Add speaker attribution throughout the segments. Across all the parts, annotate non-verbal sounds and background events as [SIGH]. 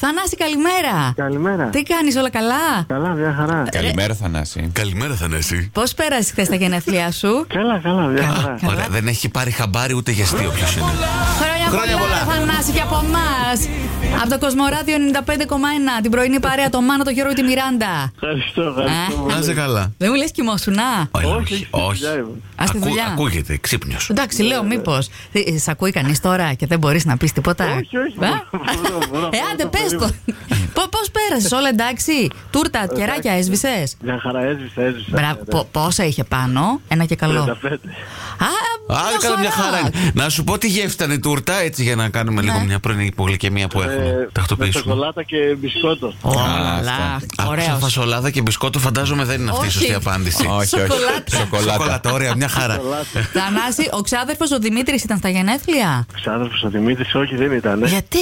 Speaker 1: Θανάση, καλημέρα.
Speaker 2: Καλημέρα.
Speaker 1: Τι Ε. κάνεις, όλα καλά.
Speaker 2: Καλά, μια χαρά.
Speaker 3: Καλημέρα, Θανάση.
Speaker 4: Καλημέρα, Θανάση.
Speaker 1: Πώς πέρασες χθες τα γενέθλιά σου.
Speaker 2: Καλά, καλά, μια χαρά.
Speaker 4: Ωραία, δεν έχει πάρει χαμπάρι ούτε για αστείο ποιος είναι.
Speaker 1: Χρόνια,
Speaker 3: Χρόνια
Speaker 1: πολλά,
Speaker 3: πολλά.
Speaker 1: Θανάση, και από εμάς. Από το Κοσμοράδιο 95,1. Την πρωινή παρέα, το Μάνο, το Γιώργο και τη Μιράντα.
Speaker 2: Ευχαριστώ, ευχαριστώ.
Speaker 1: Α.
Speaker 2: πολύ.
Speaker 4: Να είσαι καλά.
Speaker 1: Δεν μου λες κοιμόσουνα.
Speaker 4: Όχι, όχι.
Speaker 2: δουλειά ήμουν.
Speaker 1: Α, στη
Speaker 4: Ακού-
Speaker 1: δουλειά.
Speaker 4: Ακούγεται, ξύπνιος.
Speaker 1: Εντάξει, λέω
Speaker 2: Ε,
Speaker 1: μήπω. Σ' ακούει κανείς τώρα και δεν μπορείς να πεις τίποτα.
Speaker 2: Όχι, όχι,
Speaker 1: Α?
Speaker 2: μπορώ, μπορώ, μπορώ,
Speaker 1: Ε, άντε,
Speaker 2: το
Speaker 1: πες το.
Speaker 2: περίμενα.
Speaker 1: Πώς πέρασες, όλα εντάξει.
Speaker 2: Ε,
Speaker 1: Τούρτα, κεράκια έσβησες.
Speaker 2: Μια χαρά έσβησα, έσβησα.
Speaker 1: Μπράβο, πο- πόσα είχε πάνω, ένα και καλό.
Speaker 2: 35.
Speaker 1: Α,
Speaker 4: Α, καλά, μια χαρά. είναι. Να σου πω τι γεύση ήταν η τούρτα, έτσι για να κάνουμε λίγο μια πρωινή υπογλυκαιμία που έχουμε.
Speaker 2: Ε, Με
Speaker 4: Τακτοποιήσουμε.
Speaker 2: σοκολάτα και μπισκότο.
Speaker 3: Α,
Speaker 1: Όλα.
Speaker 3: αυτό.
Speaker 4: Άκουσα
Speaker 1: Ωραίο.
Speaker 4: φασολάδα και μπισκότο, φαντάζομαι δεν είναι αυτή η
Speaker 1: Όχι.
Speaker 4: σωστή απάντηση.
Speaker 3: Όχι, όχι.
Speaker 1: Σοκολάτα.
Speaker 4: Σοκολάτα, ωραία, μια χαρά.
Speaker 1: Θανάση, ο ξάδερφος ο Δημήτρης ήταν στα γενέθλια.
Speaker 2: Ξάδερφος ο Δημήτρης, όχι δεν ήταν. ε.
Speaker 1: Γιατί,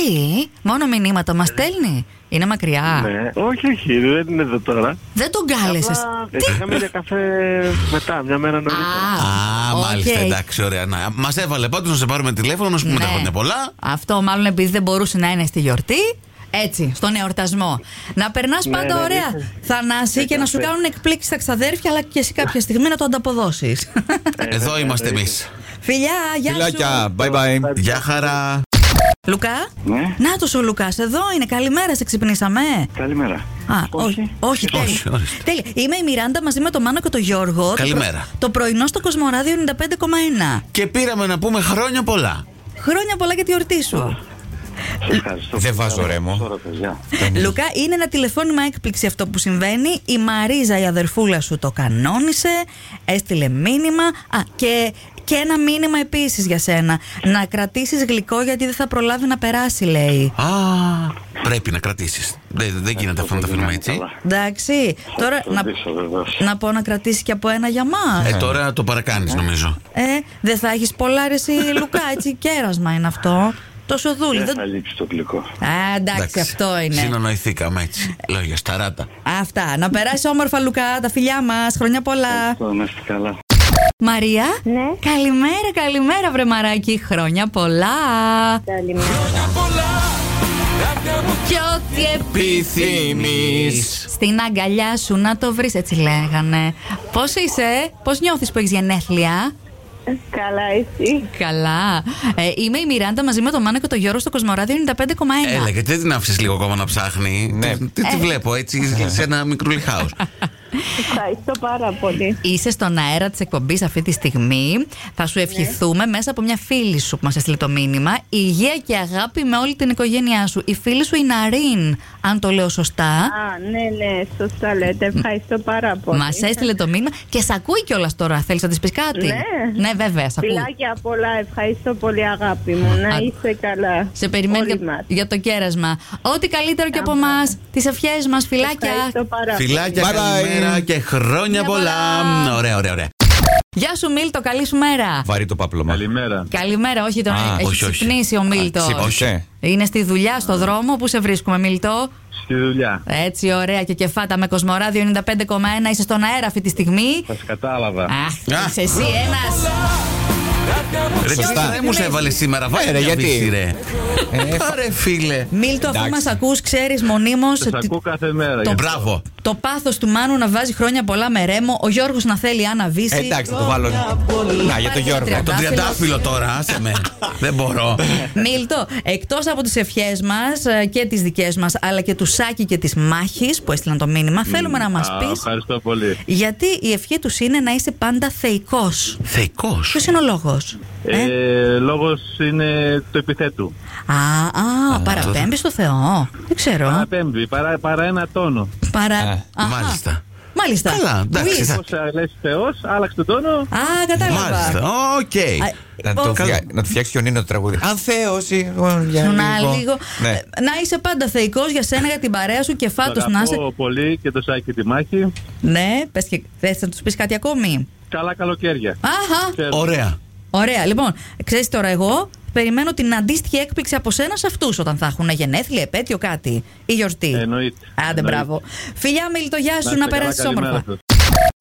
Speaker 1: μόνο μηνύματα μας στέλνει. Είναι μακριά.
Speaker 2: Ναι. Όχι, όχι, δεν είναι εδώ τώρα.
Speaker 1: Δεν τον κάλεσες.
Speaker 2: Απλά, ε, Είχαμε για καφέ μετά, μια μέρα νωρίτερα.
Speaker 4: Α, μάλιστα, εντάξει, ωραία. Μας έβαλε πάντω να σε πάρουμε τηλέφωνο, να σου πούμε τα χρόνια πολλά.
Speaker 1: Αυτό μάλλον επειδή δεν μπορούσε να είναι στη γιορτή. Έτσι, στον εορτασμό. Να περνάς
Speaker 2: Ναι,
Speaker 1: πάντα
Speaker 2: ναι,
Speaker 1: ωραία,
Speaker 2: ναι.
Speaker 1: Θανάση, και να σου
Speaker 2: καφέ.
Speaker 1: κάνουν εκπλήξει τα ξαδέρφια, αλλά και εσύ κάποια στιγμή να το ανταποδώσεις.
Speaker 2: Ε, ναι,
Speaker 4: Εδώ είμαστε εμείς.
Speaker 1: [LAUGHS] Φιλιά, γεια σου.
Speaker 3: Φιλάκια. Bye bye.
Speaker 4: Γεια χαρά.
Speaker 1: Λουκά.
Speaker 5: Ναι,
Speaker 1: Να του ο Λουκά, εδώ είναι. Καλημέρα, σε ξυπνήσαμε.
Speaker 5: καλημέρα.
Speaker 1: Α, όχι. Όχι, τέλεια.
Speaker 4: Όχι, ορίστε.
Speaker 1: Τέλεια. Είμαι η Μιράντα μαζί με τον Μάνο και τον Γιώργο. Το
Speaker 4: Καλημέρα.
Speaker 1: προ- Το πρωινό στο Κοσμοράδιο 95,1.
Speaker 4: Και πήραμε να πούμε χρόνια πολλά.
Speaker 1: Χρόνια πολλά για τη γιορτή σου.
Speaker 5: Σε ευχαριστώ.
Speaker 3: Δεν βάζω ρέμο.
Speaker 5: Τώρα, παιδιά.
Speaker 1: Λουκά, είναι ένα τηλεφώνημα έκπληξη αυτό που συμβαίνει. Η Μαρίζα, η αδερφούλα σου, το κανόνισε, έστειλε μήνυμα. Α, και, και ένα μήνυμα επίσης για σένα. Να κρατήσεις γλυκό γιατί δεν θα προλάβει να περάσει, λέει.
Speaker 4: Α, πρέπει να κρατήσεις. Δεν, δεν γίνεται αυτό να τα αφήνουμε έτσι.
Speaker 1: Εντάξει. Τώρα
Speaker 5: Το
Speaker 1: να,
Speaker 5: δείσω, βεβαίως.
Speaker 1: να πω να κρατήσει και από ένα για μας.
Speaker 3: Ναι.
Speaker 4: Ε, τώρα το παρακάνεις, νομίζω.
Speaker 1: Ε, δεν θα έχεις πολλά ρε εσύ, Λουκά, έτσι κέρασμα είναι αυτό. Το σοδούλι.
Speaker 5: Δεν
Speaker 1: Δεν...
Speaker 5: θα λείψει το γλυκό.
Speaker 1: Α, εντάξει, αυτό είναι.
Speaker 4: Συνονοηθήκαμε
Speaker 3: Ναι.
Speaker 4: έτσι. Λόγια σταράτα.
Speaker 1: Αυτά. Να περάσει όμορφα, Λουκά. Τα φιλιά μας. Χρόνια πολλά.
Speaker 5: Τώρα να είστε καλά.
Speaker 1: Μαρία.
Speaker 6: Ναι.
Speaker 1: Καλημέρα, καλημέρα, βρε μαράκι. Χρόνια πολλά.
Speaker 6: Καλημέρα.
Speaker 1: Και ό,τι επ-
Speaker 3: Επιθυμείς.
Speaker 1: Στην αγκαλιά σου να το βρεις, έτσι λέγανε. Πώς είσαι, πώς νιώθεις που έχεις γενέθλια.
Speaker 6: Καλά, εσύ.
Speaker 1: Καλά. Ε, είμαι η Μιράντα μαζί με τον Μάνο και τον Γιώργο στο Κοσμοράδιο 95,1.
Speaker 4: Έλα, γιατί δεν την άφησε λίγο ακόμα να ψάχνει.
Speaker 3: Ναι.
Speaker 4: Τι, τι τη βλέπω έτσι σε ένα μικρούλι χάος.
Speaker 3: [LAUGHS]
Speaker 6: Ευχαριστώ πάρα πολύ.
Speaker 1: Είσαι στον αέρα της εκπομπής αυτή τη στιγμή. Θα
Speaker 6: Ναι.
Speaker 1: σου ευχηθούμε μέσα από μια φίλη σου που μας έστειλε το μήνυμα. Υγεία και αγάπη με όλη την οικογένειά σου. Η φίλη σου η Ναρίν, αν το λέω σωστά.
Speaker 6: Α, ναι, ναι, σωστά λέτε. Ευχαριστώ πάρα πολύ.
Speaker 1: Μας έστειλε το μήνυμα και σε ακούει κιόλας τώρα. Θέλεις να της πεις κάτι.
Speaker 6: Ναι.
Speaker 1: ναι βέβαια, σε ακούει.
Speaker 6: Φιλάκια πολλά, ευχαριστώ πολύ αγάπη μου. Να
Speaker 1: Α,
Speaker 6: είστε καλά.
Speaker 1: Σε περιμένει
Speaker 6: όλοι
Speaker 1: για,
Speaker 6: μας.
Speaker 1: για το κέρασμα. Ό,τι καλύτερο και από εμά. Τις ευχές μας, φιλάκια.
Speaker 6: Ευχαριστώ πάρα
Speaker 4: Φιλάκια,
Speaker 3: Bye-bye.
Speaker 4: καλημέρα και χρόνια πολλά.
Speaker 1: πολλά.
Speaker 4: Ωραία, ωραία, ωραία.
Speaker 1: Γεια σου, Μίλτο, καλή σου μέρα.
Speaker 3: Βαρύ το παπλωμά.
Speaker 5: Καλημέρα.
Speaker 1: Καλημέρα, όχι τον.
Speaker 3: Α,
Speaker 1: έχεις
Speaker 4: όχι, όχι.
Speaker 1: ξυπνήσει ο Μίλτο.
Speaker 5: Ε.
Speaker 3: ξύπνησε.
Speaker 1: Είναι στη δουλειά, στο δρόμο. Πού σε βρίσκουμε, Μίλτο.
Speaker 5: Στη δουλειά.
Speaker 1: Έτσι, ωραία και κεφάτα με Κοσμοράδιο 95,1. Είσαι στον αέρα αυτή τη στιγμή.
Speaker 5: Σας κατάλαβα.
Speaker 1: Αχ, είσαι εσύ ένας.
Speaker 4: Ρε, τι
Speaker 3: Σωστά. Ναι.
Speaker 4: μου σε έβαλε σήμερα, βάλε
Speaker 3: ρε,
Speaker 4: μια
Speaker 3: γιατί?
Speaker 4: βύση, ρε.
Speaker 3: Ε,
Speaker 4: Ρε, φίλε.
Speaker 1: Μίλτο, αφού
Speaker 3: Εντάξει.
Speaker 1: μας ακούς, ξέρεις μονίμως.
Speaker 5: Σας ακούω κάθε μέρα.
Speaker 1: Το-
Speaker 4: Ε, Μπράβο.
Speaker 1: Το πάθος του Μάνου να βάζει χρόνια πολλά με ρέμο. Ο Γιώργος να θέλει Άννα Βύση.
Speaker 3: Ε, Εντάξει, θα το βάλω. Να, Ναι. για τον Γιώργο.
Speaker 1: Τριάντα.
Speaker 4: Τον
Speaker 1: Τριαντάφυλλο.
Speaker 4: τριαντάφυλλο τώρα, άσε με. Δεν μπορώ.
Speaker 1: Μίλτο, εκτός από τις ευχές μας ε, και τις δικές μας, αλλά και του Σάκη και της Μάχης που έστειλαν το μήνυμα, θέλουμε να μας
Speaker 5: Α,
Speaker 1: πεις
Speaker 5: Ευχαριστώ πολύ.
Speaker 1: γιατί η ευχή τους είναι να είσαι πάντα θεϊκός.
Speaker 4: Θεϊκός.
Speaker 1: Ποιος είναι ο λόγος, ε?
Speaker 5: Ε, λόγος είναι του επιθέτου.
Speaker 1: Α, α, παραπέμπει στο Θεό. Δεν ξέρω.
Speaker 5: Παραπέμπει, παρά, παρά ένα τόνο.
Speaker 1: Παρα...
Speaker 3: Α,
Speaker 1: Αχα.
Speaker 4: Ε, Μάλιστα.
Speaker 1: Μάλιστα.
Speaker 4: Καλά, εντάξει,
Speaker 1: Quiz.
Speaker 4: θα-
Speaker 5: Όπως λες Θεός, άλλαξε τον τόνο.
Speaker 1: Α, κατάλαβα.
Speaker 4: Μάλιστα. Οκ.
Speaker 1: Α,
Speaker 3: Να
Speaker 1: ο-
Speaker 3: το φτια- να το φτιάξει ο Νίνο το τραγούδι. Αν θέωση.
Speaker 1: Να
Speaker 4: Λοιπόν,
Speaker 1: λίγο.
Speaker 3: Ναι.
Speaker 1: Ε, Να είσαι πάντα θεϊκός για σένα, για την παρέα σου και φάτο
Speaker 5: Τον
Speaker 1: να είσαι.
Speaker 5: αγαπώ πολύ και το Σάκη τη μάχη.
Speaker 1: Ναι, πες και θες να τους πεις κάτι ακόμη.
Speaker 5: Καλά καλοκαίρια.
Speaker 1: Αχα,
Speaker 5: Ξέρω.
Speaker 4: Ωραία.
Speaker 1: ωραία. Λοιπόν, ξέρεις τώρα εγώ, περιμένω την αντίστοιχη έκπληξη από σένα σε αυτούς όταν θα έχουν γενέθλια, επέτειο κάτι ή γιορτή.
Speaker 5: Εννοείται.
Speaker 1: Άντε,
Speaker 5: Εννοείται.
Speaker 1: μπράβο. Φιλιά, Μίλτο, γεια σου,
Speaker 5: είστε
Speaker 1: να
Speaker 5: καλά,
Speaker 1: περάσεις
Speaker 5: καλημέρα
Speaker 1: όμορφα.
Speaker 5: σας.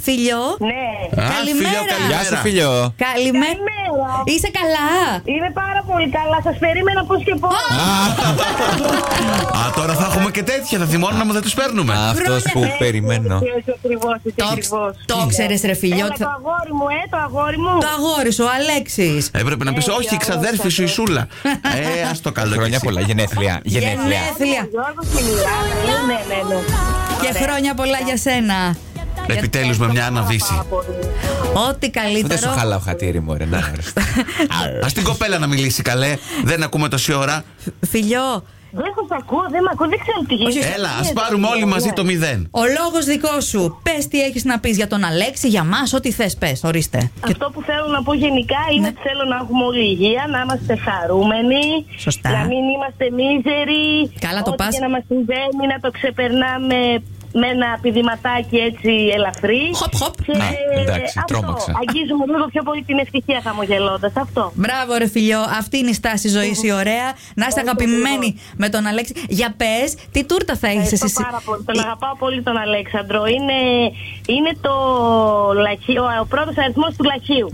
Speaker 1: Φιλιό,
Speaker 6: Ναι,
Speaker 4: Α,
Speaker 1: Καλημέρα.
Speaker 4: φίλιο,
Speaker 3: Γεια σου, φίλιο.
Speaker 1: καλημέρα.
Speaker 6: Καλημέρα.
Speaker 1: Είσαι καλά.
Speaker 6: είμαι πάρα πολύ καλά. Σας περίμενα πώς και πώς.
Speaker 3: Α,
Speaker 4: Α, τώρα θα έχουμε και τέτοια. Θα θυμώνουν άμα δεν τους παίρνουμε.
Speaker 3: Αυτό
Speaker 6: Ναι.
Speaker 3: που περιμένω.
Speaker 1: Το- Το ξέρε, ρε φιλιό.
Speaker 6: Έλα,
Speaker 1: ότι
Speaker 6: το
Speaker 1: θα-
Speaker 6: αγόρι μου, ε, το αγόρι μου.
Speaker 1: Το αγόρι σου, ο Αλέξης.
Speaker 4: Έπρεπε να πεις,
Speaker 6: Ε,
Speaker 4: Όχι, η
Speaker 6: Γιώργο,
Speaker 4: ξαδέρφη σου η
Speaker 6: τότε.
Speaker 4: Σούλα. Ε, ας το καλό.
Speaker 3: Χρόνια πολλά, γενέθλια. Γενέθλια.
Speaker 1: Γενέθλια.
Speaker 6: Γιώργο, στη Μιλάνα. Ναι, ναι, ναι.
Speaker 1: Και χρόνια πολλά για σένα.
Speaker 4: Επιτέλους με μια αναβίση.
Speaker 1: Ό,τι
Speaker 3: Δεν σου
Speaker 1: καλύτερο.
Speaker 3: χαλάω χατήρι μου, ρε.
Speaker 1: [LAUGHS]
Speaker 3: να, ρε.
Speaker 4: Ας την κοπέλα να μιλήσει, καλέ. Δεν ακούμε τόση ώρα.
Speaker 1: Φιλιό,
Speaker 6: Δεν σα ακούω, δεν με ακούω, δεν ξέρω τι
Speaker 1: Όχι,
Speaker 6: γίνεται.
Speaker 1: όχι.
Speaker 4: Έλα, α πάρουμε όλοι μαζί το μηδέν.
Speaker 1: ο λόγος δικός σου. Πες τι έχεις να πεις για τον Αλέξη, για μας, ό,τι θες, πες. Ορίστε. Και
Speaker 6: Αυτό που θέλω να πω γενικά είναι
Speaker 1: Ναι.
Speaker 6: ότι θέλω να έχουμε όλη υγεία, να είμαστε χαρούμενοι,
Speaker 1: Σωστά.
Speaker 6: να μην είμαστε μίζεροι.
Speaker 1: Καλά το
Speaker 6: ό,τι
Speaker 1: πας.
Speaker 6: και να μας συμβαίνει, να το ξεπερνάμε με ένα πηδηματάκι έτσι ελαφρύ.
Speaker 1: Χοπ, χοπ.
Speaker 6: Και
Speaker 3: Ναι, εντάξει,
Speaker 6: αυτό,
Speaker 3: τρόμαξα.
Speaker 6: Αγγίζουμε λίγο πιο πολύ την ευτυχία χαμογελώντας, αυτό.
Speaker 1: Μπράβο, ρε φιλιό. Αυτή είναι η στάση ζωής, η ωραία. Να είστε αγαπημένοι με τον Αλέξη. Για πες, τι τούρτα θα έχεις
Speaker 6: Ευχαριστώ
Speaker 1: εσύ.
Speaker 6: πάρα πολύ. Τον αγαπάω πολύ τον Αλέξανδρο. Είναι, είναι το λαχείο- ο πρώτος αριθμός του λαχείου.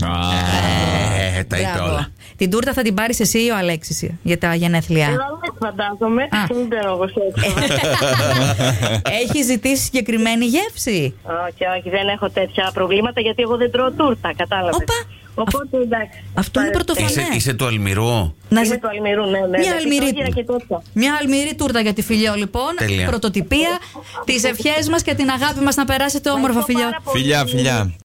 Speaker 4: Ε, τα είπε
Speaker 1: Μπράβο.
Speaker 4: όλα.
Speaker 1: Την τούρτα θα την πάρεις εσύ ή ο Αλέξης για τα [LAUGHS] γενέθλιά.
Speaker 6: Εγώ δεν φαντάζομαι.
Speaker 1: Α. Ε.
Speaker 6: Δεν ξέρω εγώ σε αυτό.
Speaker 1: έχει ζητήσει συγκεκριμένη γεύση.
Speaker 6: Όχι, όχι, δεν έχω τέτοια προβλήματα γιατί εγώ δεν τρώω τούρτα, κατάλαβες.
Speaker 1: Όπα.
Speaker 6: Οπότε εντάξει. Ε,
Speaker 1: Αυτό είναι
Speaker 6: Πάρε-
Speaker 1: πρωτοφανές.
Speaker 4: Είσαι, είσαι του Αλμυρού.
Speaker 1: Να
Speaker 6: Είμαι
Speaker 1: ζη-
Speaker 6: του Αλμυρού, ναι, ναι.
Speaker 1: Μια
Speaker 6: ναι,
Speaker 1: αλμυρή.
Speaker 6: πιτόγυρα και τέτοια.
Speaker 1: Μια αλμυρή τούρτα για τη φιλιό, λοιπόν.
Speaker 4: Τέλεια.
Speaker 1: Πρωτοτυπία. Τις ευχές μας και την αγάπη μας να περάσετε όμορφα, φιλιό.
Speaker 6: Ευχαριστώ πάρα πολύ.
Speaker 3: Φιλιά, φιλιά.